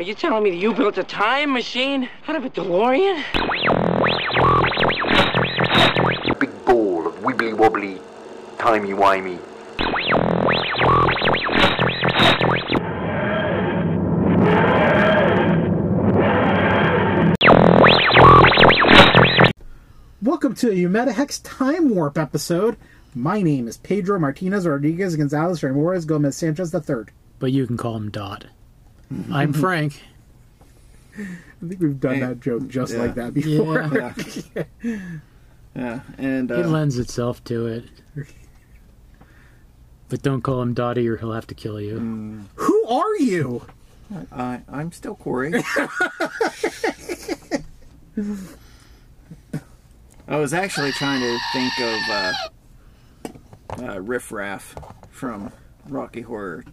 you telling me you built a time machine out of a DeLorean? Big ball of wibbly wobbly, timey wimey. Welcome to a Umetahex Time Warp episode. My name is Pedro Martinez Rodriguez Gonzalez Ramirez Gomez Sanchez III. but you can call him Dot. I'm Frank. I think we've done Hey. that joke just Yeah. like that before. Yeah. Yeah. yeah. And It uh, lends itself to it. But don't call him Dottie or he'll have to kill you. Who are you? I, I'm still Corey. I was actually trying to think of uh, uh, Riff Raff from Rocky Horror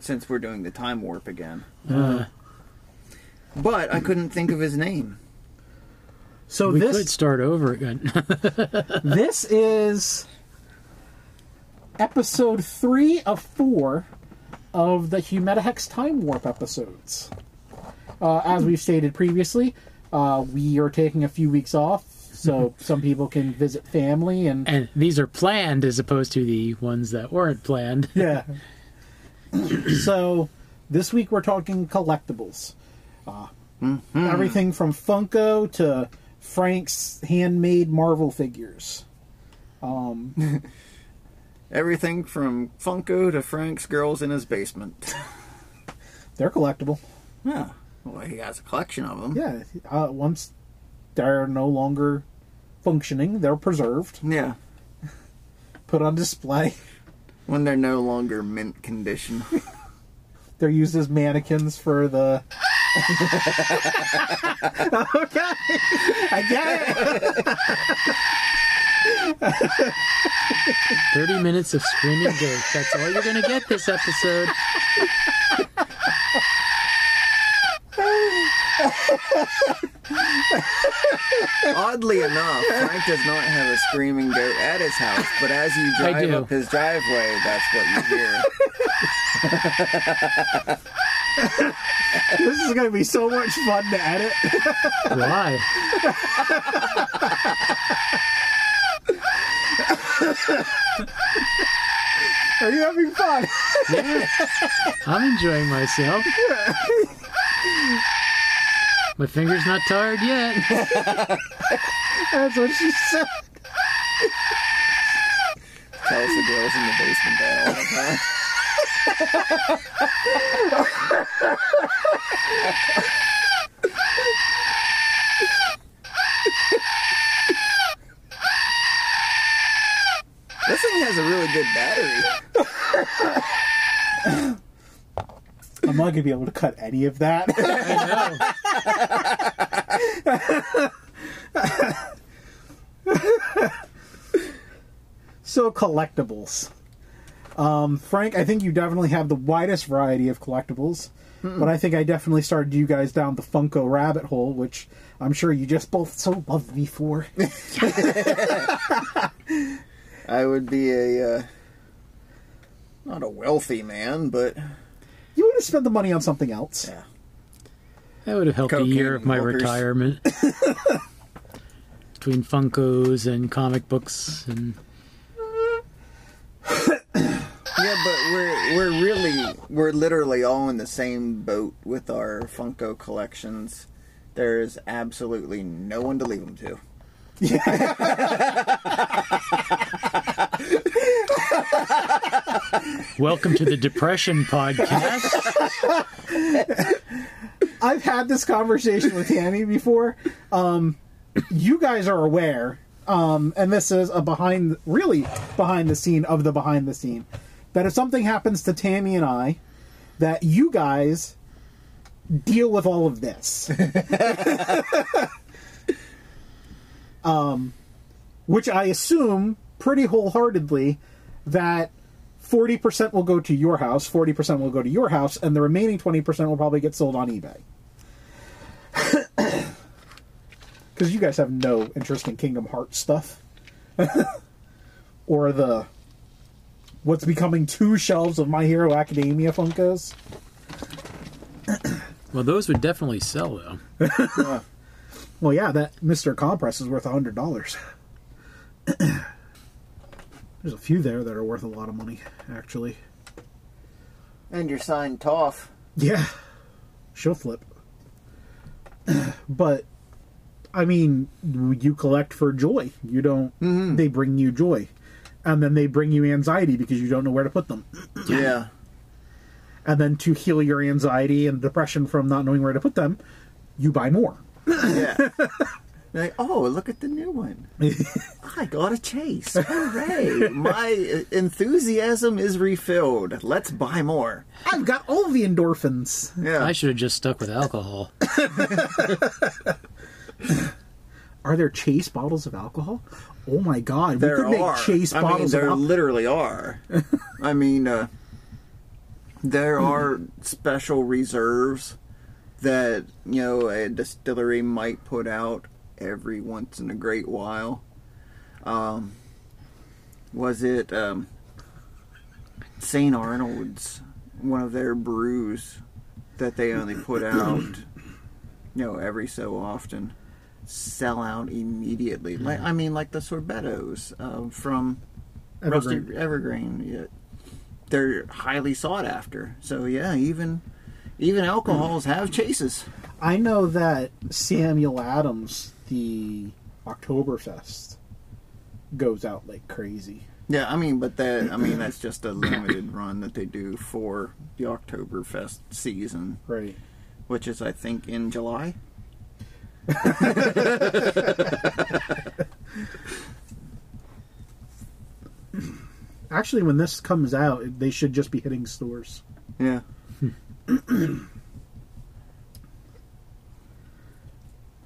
since we're doing the time warp again. Uh, But I couldn't think of his name. So we this could start over again. this is episode three of four of the Humetahex Time Warp episodes. Uh, as we've stated previously, uh, we are taking a few weeks off so some people can visit family and and these are planned as opposed to the ones that weren't planned. yeah. so this week we're talking collectibles. Uh, Everything from Funko to Frank's handmade Marvel figures. Everything from Funko to Frank's girls in his basement. They're collectible. yeah. Well, he has a collection of them. Yeah. Uh, once they're no longer functioning, they're preserved, Yeah. put on display. When they're no longer mint condition. They're used as mannequins for the. okay, I get it. 30 minutes of screaming jokes. That's all you're going to get this episode. Oddly enough, Frank does not have a screaming goat at his house, but as you I drive do. up his driveway, that's what you hear. This is going to be so much fun to edit. Why? Are you having fun? Yeah. I'm enjoying myself. My finger's not tired yet. That's what she said. Tells the girls in the basement that all the time. this thing has a really good battery. I'm not gonna be able to cut any of that. so collectibles. Um, Frank, I think you definitely have the widest variety of collectibles, but I think I definitely started you guys down the Funko rabbit hole, which I'm sure you just both so loved me for. I would be a uh, not a wealthy man, but you would have spent the money on something else. yeah. That would have helped a Cocaine year of my walkers. retirement. Between Funkos and comic books and Yeah, but we're we're really we're literally all in the same boat with our Funko collections. There's absolutely no one to leave them to. Welcome to the Depression Podcast. I've had this conversation with Tammy before. Um, you guys are aware, um, and this is a behind, really behind the scene of the behind the scene, that if something happens to Tammy and I, that you guys deal with all of this. um, Um, which I assume pretty wholeheartedly that 40% will go to your house, 40% will go to your house, and the remaining 20% will probably get sold on eBay. Because you guys have no interest in Kingdom Hearts stuff. or the what's becoming two shelves of My Hero Academia Funkos. Well, those would definitely sell though. Well, yeah, that Mister Compress is worth a hundred dollars. There's a few there that are worth a lot of money, actually. And you're signed Toff. Yeah, she'll flip. but, I mean, you collect for joy. You don't. They bring you joy, and then they bring you anxiety because you don't know where to put them. Yeah. And then to heal your anxiety and depression from not knowing where to put them, you buy more. Yeah. like, oh, look at the new one. I got a chase. Hooray. My uh, enthusiasm is refilled. Let's buy more. I've got all the endorphins. Yeah. I should have just stuck with alcohol. Are there chase bottles of alcohol? Oh my god, we could make chase I mean, bottles there of alcohol. literally are. I mean, uh, there Hmm. are special reserves that you know a distillery might put out every once in a great while. Um, was it um, St. Arnold's? One of their brews that they only put out, you know, every so often sell out immediately. Like I mean, like the sorbettos uh, from Evergreen. Rusty Evergreen. Yeah. They're highly sought after. So yeah, even even alcohols have chases. I know that Samuel Adams, the Oktoberfest, goes out like crazy. Yeah, I mean, but that I mean that's just a limited run that they do for the Oktoberfest season, Right. which is I think in July. Actually, when this comes out, they should just be hitting stores. Yeah.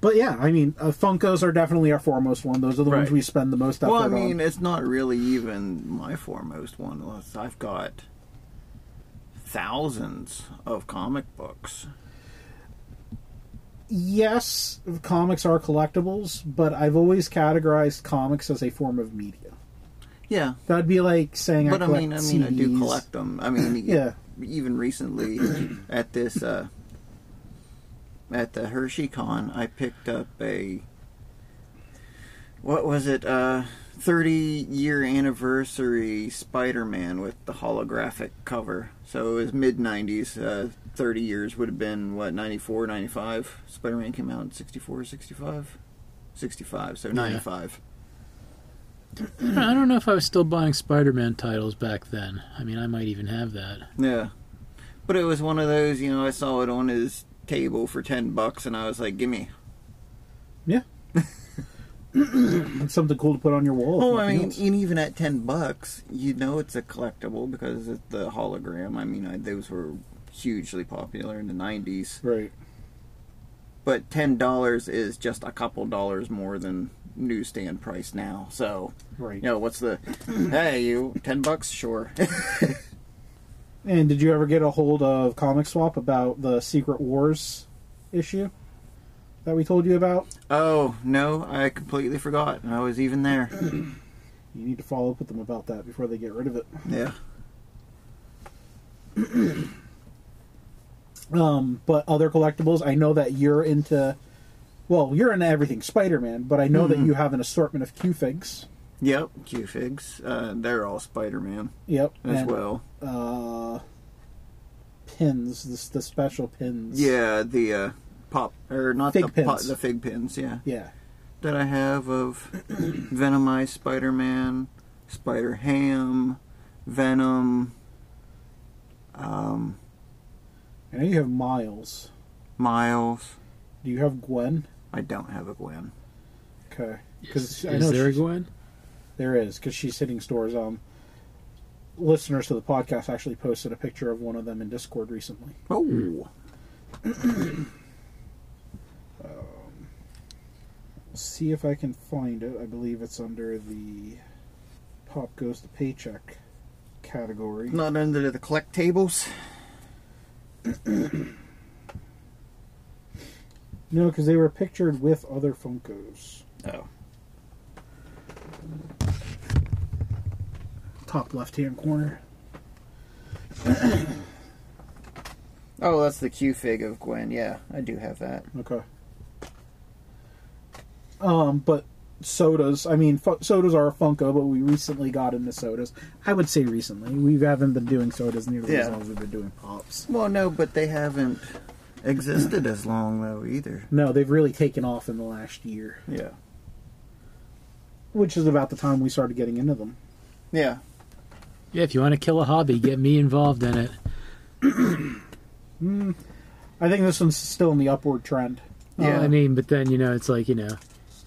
But yeah, I mean, uh, Funkos are definitely our foremost one. Those are the ones Right. we spend the most effort Well, I on. mean, it's not really even my foremost one. unless I've got thousands of comic books. yes, comics are collectibles, but I've always categorized comics as a form of media. Yeah, That'd be like saying but I, I collect mean, I mean, I do CDs. collect them. I mean, e- Yeah. Even recently, at this uh, at the Hershey Con, I picked up a what was it? Uh, Thirty year anniversary Spider Man with the holographic cover. So it was mid nineties. Uh, Thirty years would have been what 94, 95? Spider Man came out in 64, 65? 65, so ninety five. I don't know if I was still buying Spider-Man titles back then. I mean, I might even have that. Yeah. But it was one of those, you know, I saw it on his table for 10 bucks and I was like, gimme. Yeah. it's something cool to put on your wall. if Oh, I nothing mean, else. and even at 10 bucks, you know it's a collectible because it's the hologram. I mean, I, those were hugely popular in the 90s. right. But $10 is just a couple dollars more than newsstand price now. So, Right. you know, what's the, hey, you, 10 bucks? Sure. And did you ever get a hold of Comic Swap about the Secret Wars issue that we told you about? oh, no, I completely forgot. I was even there. You need to follow up with them about that before they get rid of it. Yeah. Um, but other collectibles, I know that you're into. Well, you're into everything Spider-Man, but I know Mm-hmm. that you have an assortment of Q figs. Yep, Q figs. Uh, they're all Spider Man Yep. as and, well. Uh, pins. This the special pins. Yeah, the uh, pop or not Fig the pop, pins. the fig pins. Yeah, Yeah. that I have of Venomized Spider Man, Spider Ham, Venom, um, I know you have Miles. Miles. Do you have Gwen? I don't have a Gwen. Okay. Is, Because I know is there a she's- Gwen? There is, because she's hitting stores. Um, listeners to the podcast actually posted a picture of one of them in Discord recently. Oh, Hmm. We'll see if I can find it. I believe it's under the "Pop Goes the Paycheck" category. not under the collect tables. No, because they were pictured with other Funkos. Oh, Top left-hand corner. Oh, that's the Q fig of Gwen. Yeah, I do have that. Okay. Um, but sodas. I mean, fu- sodas are a Funko, but we recently got into sodas. I would say recently. We haven't been doing sodas nearly as Yeah. long as we've been doing pops. Well, no, but they haven't existed as long though either. No, they've really taken off in the last year, Yeah. which is about the time we started getting into them. Yeah. Yeah, if you want to kill a hobby, get me involved in it. I think this one's still in the upward trend. Yeah. I mean, but then you know, it's like you know,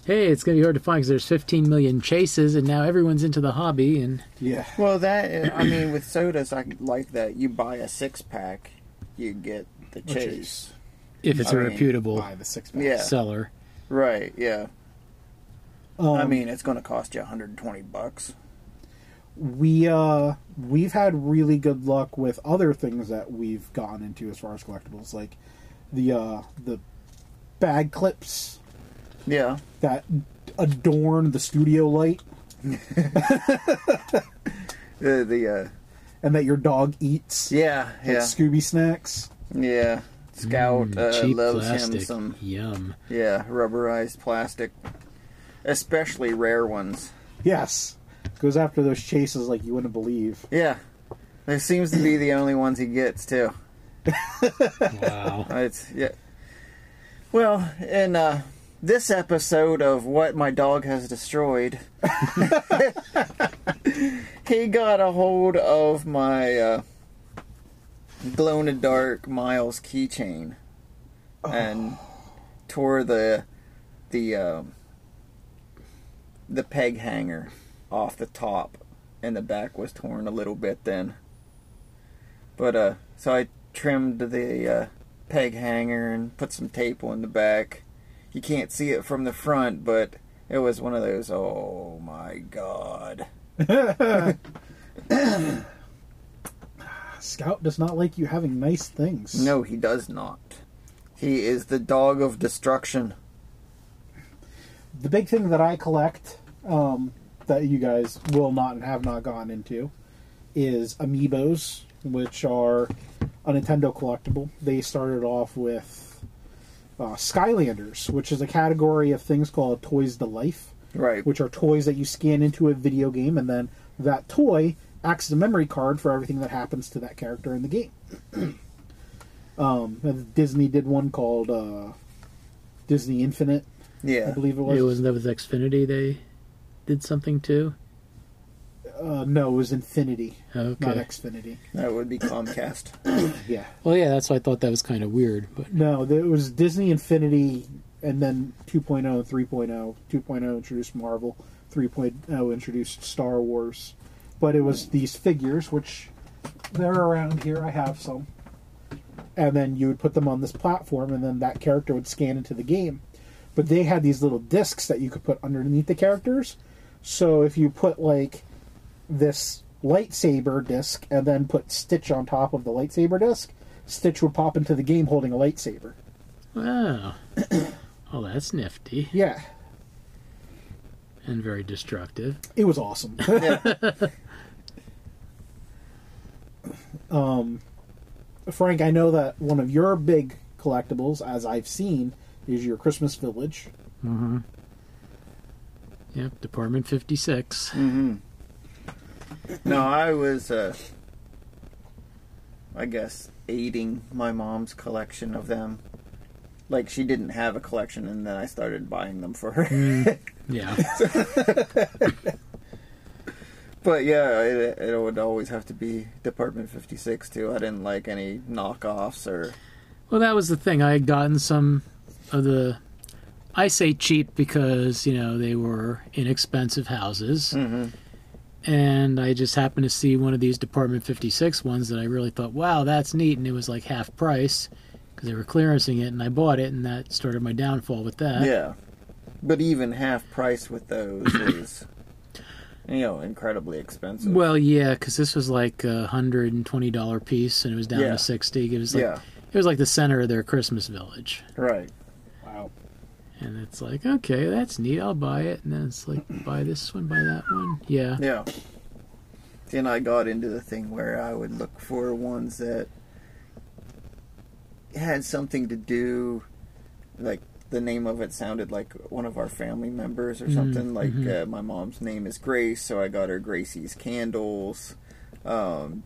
hey, it's gonna be hard to find because there's 15 million chases, and now everyone's into the hobby, and Yeah. Well, that uh, I mean, with sodas, I like that. You buy a six pack, you get the Which chase. is- if it's I a mean, reputable Buy the six pack. Yeah. seller, Right? Yeah. Um, I mean, it's going to cost you 120 bucks. we uh we've had really good luck with other things that we've gone into as far as collectibles, like the uh the bag clips Yeah. that adorn the studio light The the uh, and that your dog eats. yeah Like yeah Scooby snacks. yeah. Scout Mm, uh, cheap loves plastic, him some yum. yeah rubberized plastic, especially rare ones. Yes. Goes after those chases like you wouldn't believe. Yeah. They seems to be the only ones he gets too. Wow. It's yeah. Well, in uh, this episode of What My Dog Has Destroyed, he got a hold of my uh, glow in the dark Miles keychain and tore the the um, the peg hanger off the top, and the back was torn a little bit then. But uh, so I trimmed the uh, peg hanger and put some tape on the back. You can't see it from the front, but it was one of those. Oh my god! Scout does not like you having nice things. No, he does not. He is the dog of destruction. the big thing that I collect um, that you guys will not and have not gone into is amiibos, which are a Nintendo collectible. They started off with uh, Skylanders, which is a category of things called Toys to Life, Right. which are toys that you scan into a video game, and then that toy acts as a memory card for everything that happens to that character in the game. um, and Disney did one called uh, Disney Infinite, I yeah. believe it was. It wasn't that with Xfinity they did something too. Uh, no, it was Infinity, Okay. not Xfinity. That would be Comcast. Yeah. Well, yeah, that's why I thought that was kind of weird, but No, th- it was Disney Infinity and then oh, 2.0 and 3.0. 2.0 introduced Marvel, 3.0 introduced Star Wars. But it was these figures, which they're around here. I have some. And then you would put them on this platform, and then that character would scan into the game. But they had these little discs that you could put underneath the characters. So if you put, like, this lightsaber disc and then put Stitch on top of the lightsaber disc, Stitch would pop into the game holding a lightsaber. wow. Oh, that's nifty Yeah, and very destructive. it was awesome. Yeah. Um, Frank, I know that one of your big collectibles, as I've seen, is your Christmas Village. Yep, Department 56. Mm. No, I was, uh, I guess, aiding my mom's collection of them. Like, she didn't have a collection, and then I started buying them for her. Yeah. But yeah, it, it would always have to be Department 56 too. I didn't like any knockoffs or. Well, that was the thing. I had gotten some of the. I say cheap because, you know, they were inexpensive houses. Mm-hmm. And I just happened to see one of these Department 56 ones that I really thought, wow, that's neat. And it was like half price because they were clearancing it. And I bought it, and that started my downfall with that. Yeah. But even half price with those is, you know, incredibly expensive. Well, yeah, because this was like a hundred and twenty dollar piece, and it was down Yeah. to sixty. It was like Yeah. it was like the center of their Christmas village, right. Wow. and it's like okay, that's neat. I'll buy it, and then it's like buy this one, buy that one. Yeah, Yeah. Then I got into the thing where I would look for ones that had something to do, like the name of it sounded like one of our family members or something. Like uh, my mom's name is Grace, so I got her Gracie's candles. Um,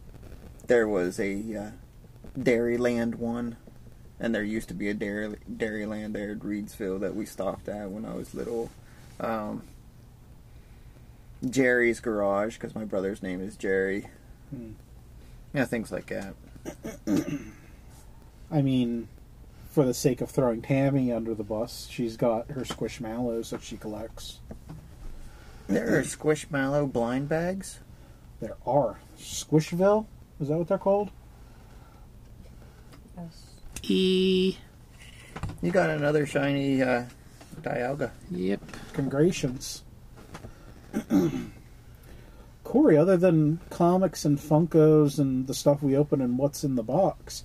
there was a uh, Dairyland one, and there used to be a Dairy Dairyland there at Reedsville that we stopped at when I was little. Um, Jerry's Garage because my brother's name is Jerry. Yeah, things like that. I mean, for the sake of throwing Tammy under the bus, she's got her squishmallows that she collects. There are Squishmallow blind bags. There are Squishville. Is that what they're called? E. You got another shiny uh, Dialga. Yep. Congratulations. Corey, other than comics and Funkos and the stuff we open and what's in the box,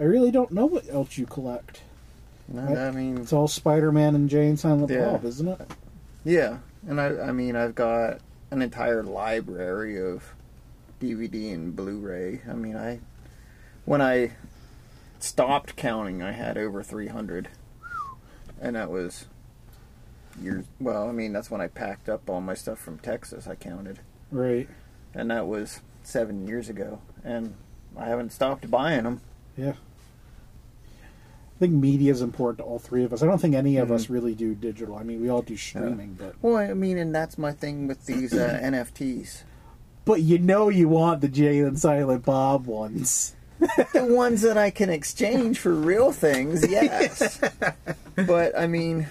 I really don't know what else you collect. No, Right. I mean, It's all Spider Man and Jane Silent Yeah. Bob, isn't it? yeah, and I, I mean, I've got an entire library of DVD and Blu-ray. I mean, I when I stopped counting, I had over 300, and that was years. Well, I mean, that's when I packed up all my stuff from Texas. I counted. Right. and that was seven years ago, and I haven't stopped buying them. Yeah. I think media is important to all three of us. I don't think any of us really do digital. I mean, we all do streaming, but Well, I mean, and that's my thing with these uh, NFTs. but you know you want the Jane and Silent Bob ones. The ones that I can exchange for real things, yes. but I mean,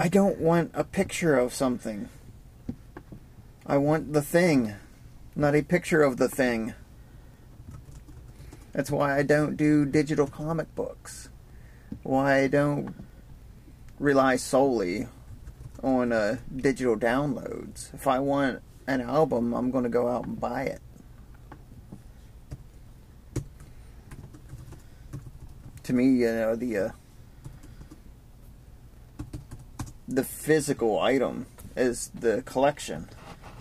I don't want a picture of something. I want the thing, not a picture of the thing. That's why I don't do digital comic books. Why I don't rely solely on uh, digital downloads. If I want an album, I'm going to go out and buy it. To me, you know the uh, the physical item is the collection.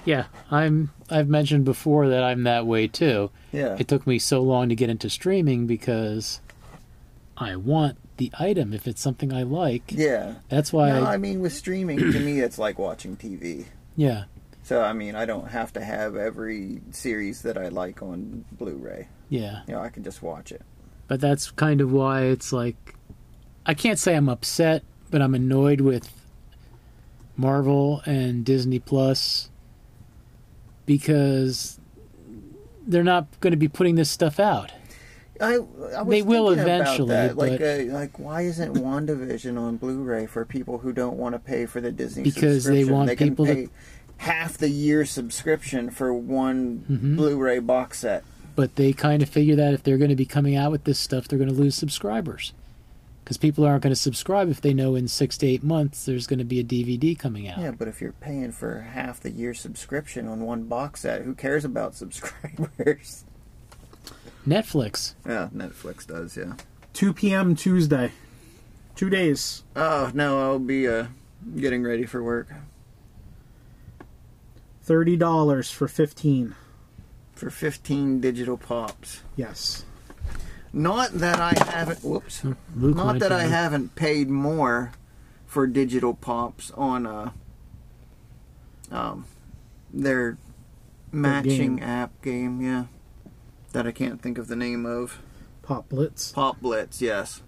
Yeah, I'm. I've mentioned before that I'm that way too. Yeah, It took me so long to get into streaming because I want the item if it's something I like. yeah. That's why. no, I, I mean with streaming, to me, it's like watching TV. yeah. So I mean, I don't have to have every series that I like on Blu-ray. Yeah. You know, I can just watch it. But that's kind of why it's like I can't say I'm upset, but I'm annoyed with Marvel and Disney Plus because they're not going to be putting this stuff out. I, I was They will thinking about eventually, that. Like, but- uh, like, why isn't WandaVision on Blu-ray for people who don't want to pay for the Disney? Because they subscription? want they can people to- pay half the year subscription for one Mm-hmm. Blu-ray box set. But they kind of figure that if they're going to be coming out with this stuff, they're going to lose subscribers. Because people aren't going to subscribe if they know in six to eight months there's going to be a DVD coming out. Yeah, but if you're paying for half the year subscription on one box set, who cares about subscribers? Netflix. Yeah, Netflix does. Yeah. 2 p.m. Tuesday. Two days. Oh no, I'll be uh, getting ready for work $30 for 15. for 15 digital pops. Yes. Not that I haven't. Whoops. Luke Not wanted that to I know. haven't paid more for digital pops on uh, um, their matching app game. Yeah, that I can't think of the name of. Pop Blitz. Pop Blitz. Yes.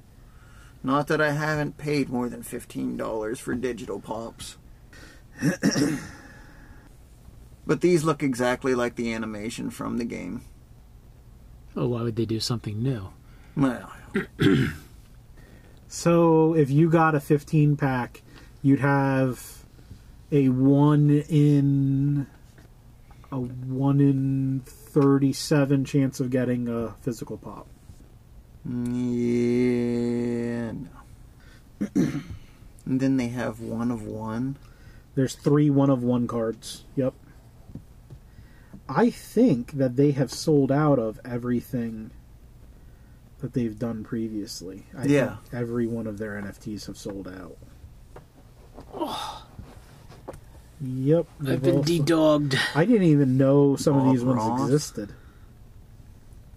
Not that I haven't paid more than fifteen dollars for digital pops. but these look exactly like the animation from the game. Oh, why would they do something new? Well, So if you got a 15 pack, you'd have a 1 in a 1 in 37 chance of getting a physical pop. Yeah. No. and then they have one of one. There's 3 1 of 1 cards. Yep. I think that they have sold out of everything that they've done previously. I Yeah. think every one of their NFTs have sold out. Yep. they've I've been also- de-dogged. Oh, I didn't even know some of Bob these ones Ross. existed.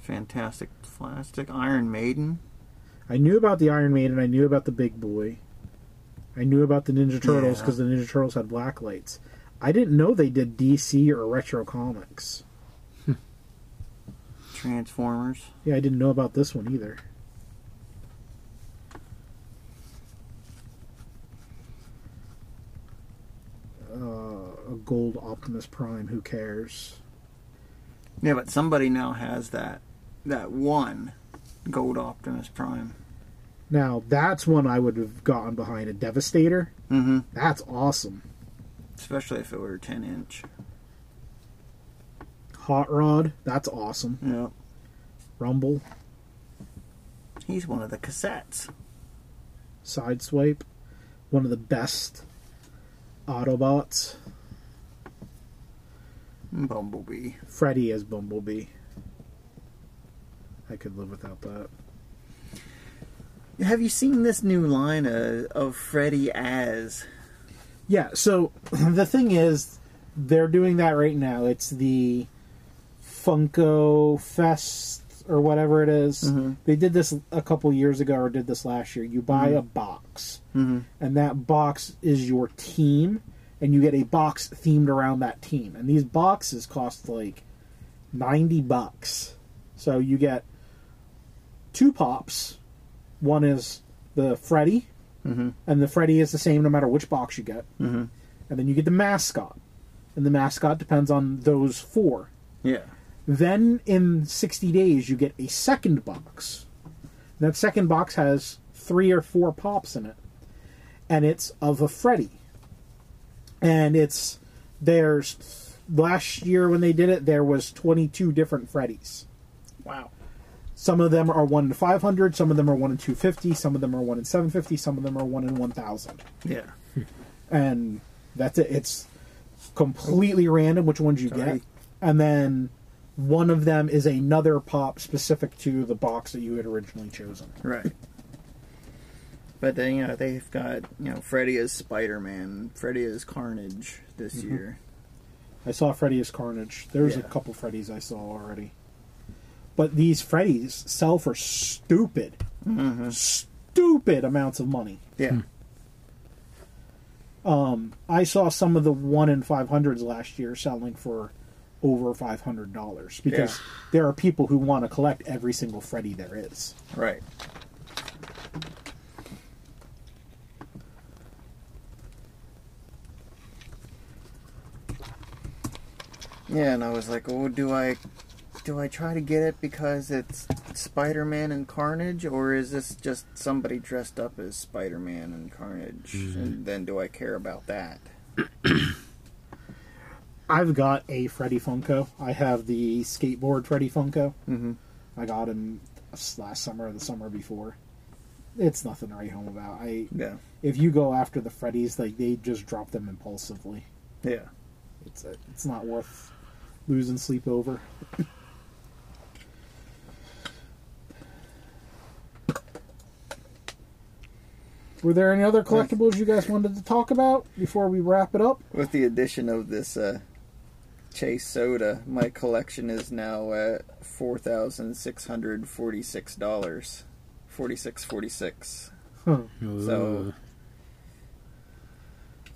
Fantastic Plastic, Iron Maiden. I knew about the Iron Maiden. I knew about the Big Boy. I knew about the Ninja Turtles Yeah. because the Ninja Turtles had black lights. I didn't know they did DC or retro comics. Transformers. Yeah, I didn't know about this one either. Uh, a gold Optimus Prime. Who cares? Yeah, but somebody now has that that one gold Optimus Prime. Now that's one I would have gotten behind a Devastator. Mm-hmm. That's awesome. Especially if it were ten inch. Hot Rod. That's awesome. Yeah. Rumble. He's one of the cassettes. Sideswipe, one of the best Autobots. Bumblebee. Freddy as Bumblebee. I could live without that. Have you seen this new line uh, of Freddy as? Yeah, so the thing is, they're doing that right now. It's the Funko Fest or whatever it is. They did this a couple years ago or did this last year. You buy a box, and that box is your team, and you get a box themed around that team. And these boxes cost like 90 bucks. So you get two pops. One is the Freddy, and the Freddy is the same no matter which box you get. Mm-hmm. And then you get the mascot, and the mascot depends on those four. Yeah. Then in 60 days, you get a second box. And that second box has three or four pops in it, and it's of a Freddy. And it's there's last year when they did it, there was 22 different Freddys. Wow. Some of them are one in 500, some of them are one in 250, some of them are one in 750, some of them are one in 1,000 Yeah. and that's it. It's completely random which ones you Sorry. get, and then one of them is another pop specific to the box that you had originally chosen. Right. But then you know they've got you know Freddy as Spider Man, Freddy as Carnage this year. I saw Freddy as Carnage. There's a Yeah. couple Freddys I saw already, but these Freddys sell for stupid, Mm-hmm. stupid amounts of money. Yeah. I saw some of the one in five hundreds last year selling for over five hundred dollars because Yeah. there are people who want to collect every single Freddy there is. Right. Yeah, and I was like, "Oh, do I, do I try to get it because it's Spider-Man and Carnage, or is this just somebody dressed up as Spider-Man and Carnage? And then do I care about that?" I've got a Freddy Funko. I have the skateboard Freddy Funko. Mm-hmm. I got him s- last summer or the summer before. It's nothing to write home about. I Yeah, if you go after the Freddys, like they just drop them impulsively. yeah. It's it's not worth losing sleep over. Were there any other collectibles you guys wanted to talk about before we wrap it up? With the addition of this uh, Chase soda, my collection is now at four thousand six hundred forty-six dollars, forty-six forty-six. Huh. So,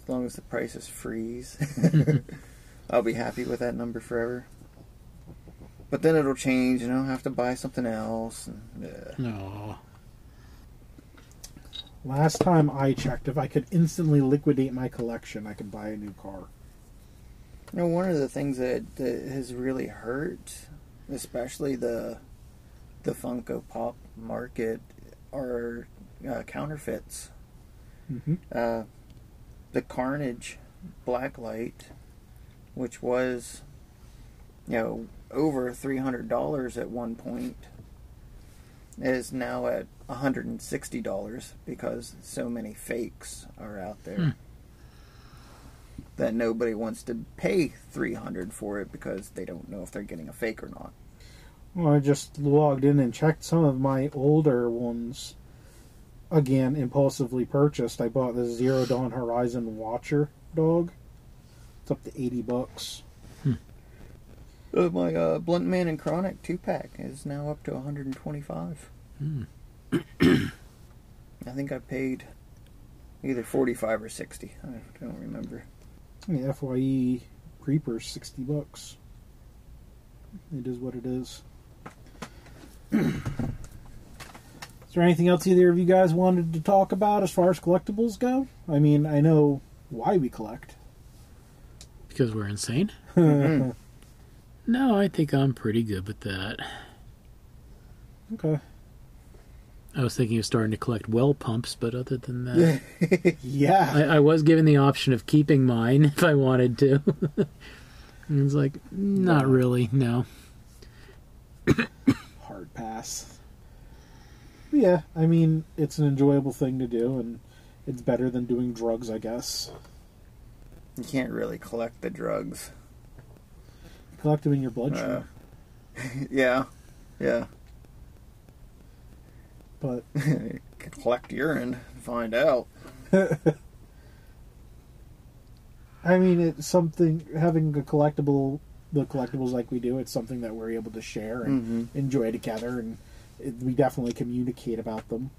as long as the prices freeze, I'll be happy with that number forever. But then it'll change, and I'll have to buy something else. And, uh, no. Last time I checked, if I could instantly liquidate my collection, I could buy a new car. You know, one of the things that, that has really hurt, especially the the Funko Pop market, are uh, counterfeits. Mhm. Uh, the Carnage Blacklight, which was, you know, over three hundred dollars at one point, is now at one hundred and sixty dollars because so many fakes are out there that nobody wants to pay 300 for it because they don't know if they're getting a fake or not. Well, I just logged in and checked some of my older ones. Again, impulsively purchased. I bought the Zero Dawn Horizon Watcher dog. It's up to eighty bucks. Uh, my uh, Blunt Man and Chronic two pack is now up to 125. I think I paid either 45 or 60. I don't remember. I mean, Fye Creeper sixty bucks. It is what it is. is there anything else either of you guys wanted to talk about as far as collectibles go? I mean, I know why we collect. because we're insane. no, I think I'm pretty good with that. Okay. I was thinking of starting to collect well pumps, but other than that, Yeah. I, I was given the option of keeping mine if I wanted to. and it's like, not really, no. Hard pass. But yeah, I mean, it's an enjoyable thing to do, and it's better than doing drugs, I guess. You can't really collect the drugs. Collect them in your bloodstream. Uh, yeah. Yeah. but Could collect urine. Find out. I mean, it's something having a collectible, the collectibles like we do. It's something that we're able to share and Mm-hmm. enjoy together, and it, we definitely communicate about them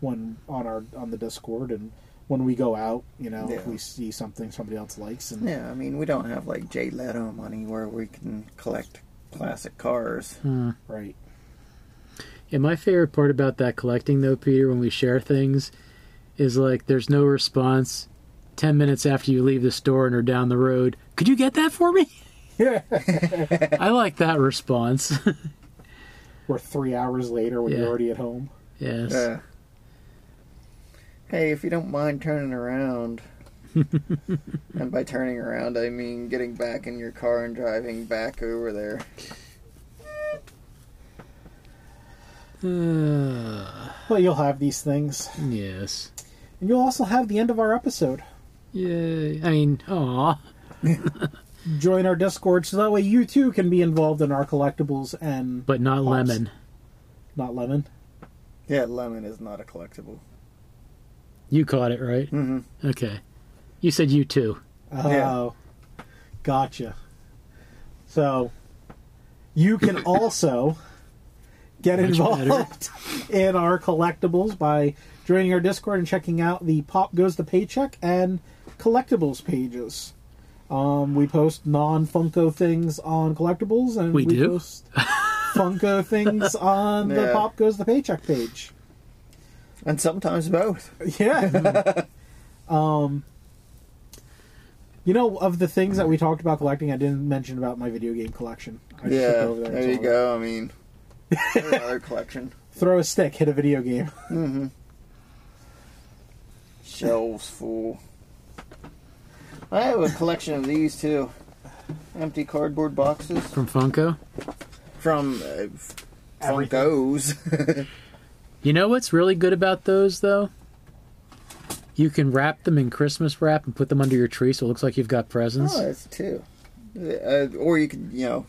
when on our on the Discord and when we go out. You know, if Yeah. we see something somebody else likes, and Yeah, I mean, we don't have like Jay Leto money where we can collect classic cars. right, And my favorite part about that collecting, though, Peter, when we share things, is like there's no response 10 minutes after you leave the store and are down the road. Could you get that for me? I like that response. or three hours later when Yeah. you're already at home. yes. Yeah. Uh, Hey, if you don't mind turning around. and by turning around, I mean getting back in your car and driving back over there. Uh, Well, you'll have these things, yes. and you'll also have the end of our episode. Yay. I mean, aw. Join our Discord so that way you too can be involved in our collectibles and But not Pops. lemon. not lemon. Yeah, lemon is not a collectible. You caught it, right? Mhm. Mm-hmm. Okay. You said you too. Oh, Yeah. gotcha. So you can also get Much involved in our collectibles by joining our Discord and checking out the Pop Goes the Paycheck and collectibles pages. Um, we post non Funko things on collectibles, and We do? post Funko things on the Yeah. Pop Goes the Paycheck page. And sometimes both. Yeah. um, you know, of the things that we talked about collecting, I didn't mention about my video game collection. I just yeah, looked over there, and you saw it. go. I mean, another collection. Throw a stick, hit a video game. Shelves full. I have a collection of these too. Empty cardboard boxes From Funko. from uh, Funkos. You know what's really good about those, though? You can wrap them in Christmas wrap and put them under your tree so it looks like you've got presents. oh, that's two. Uh, or you could, you know,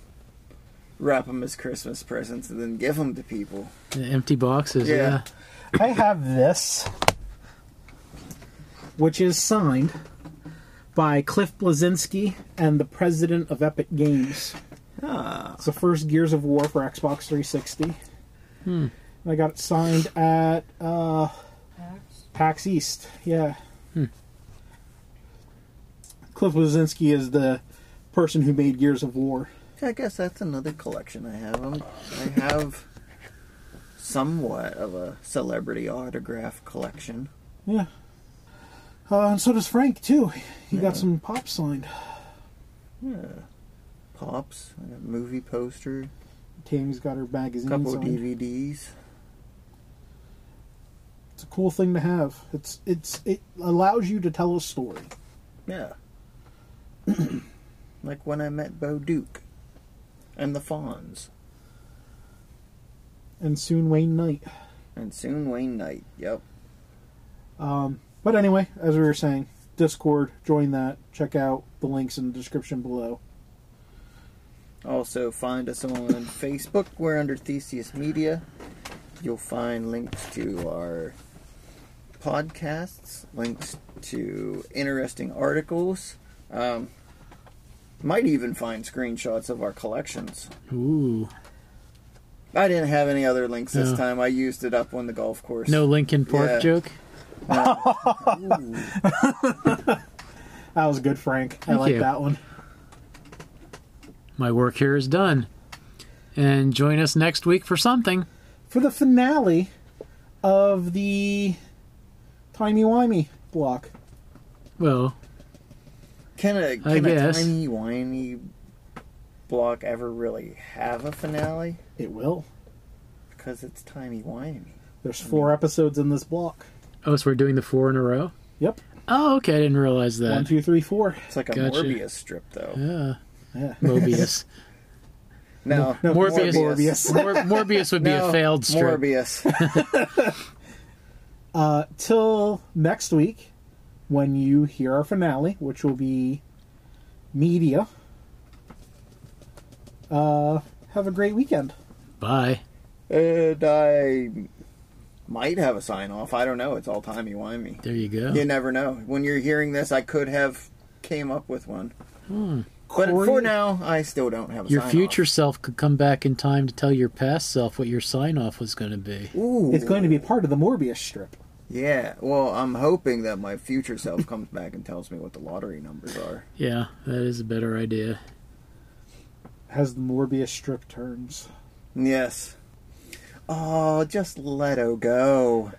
wrap them as Christmas presents and then give them to people. The Empty boxes, yeah. Yeah. I have this, which is signed by Cliff Blazinski and the president of Epic Games. It's the first Gears of War for Xbox 360. And I got it signed at uh, PAX East. Yeah. Cliff Blazinski is the person who made Gears of War. I guess that's another collection I have. i I have somewhat of a celebrity autograph collection. Yeah. Uh, and so does Frank, too. He got some pop signed. Pops, I got movie poster, Tammy's got her magazine a couple signed. DVDs. It's a cool thing to have. It's it's it allows you to tell a story. Yeah. like when I met Bo Duke and the Fawns And soon Wayne Knight. and soon Wayne Knight. Yep. But anyway, as we were saying, Discord, join that. Check out the links in the description below. Also, find us on Facebook. We're under Theseus Media. You'll find links to our podcasts, links to interesting articles. Um, Might even find screenshots of our collections. Ooh. I didn't have any other links this No. time. I used it up on the golf course. No Lincoln Park Yeah. joke? That was good, Frank. I like you. that one. My work here is done. And join us next week for something. For the finale of the timey wimey block. Well, Can a I can a guess. tiny whiny block ever really have a finale? It will. Because it's tiny whiny. There's four episodes in this block. oh, so we're doing the four in a row? Yep. Oh, okay. I didn't realize One, that. two, three, four. It's like a Gotcha. Morbius strip, though. Yeah. Yeah. Mobius. No, No, Morbius. Morbius. Mor- Morbius would be No, a failed strip. Morbius. Uh, till next week, when you hear our finale, which will be media. Uh, have a great weekend. Bye. and I might have a sign off. I don't know. It's all timey wimey. There you go. You never know. When you're hearing this, I could have came up with one. But Corey- for now, I still don't have a Hmm. Your sign-off. future self could come back in time to tell your past self what your sign off was going to be. Ooh. It's going to be part of the Morbius strip. Yeah. Well, I'm hoping that my future self comes back and tells me what the lottery numbers are. Yeah, that is a better idea. Has the Morbius strip turns. Yes. Oh, just Leto go.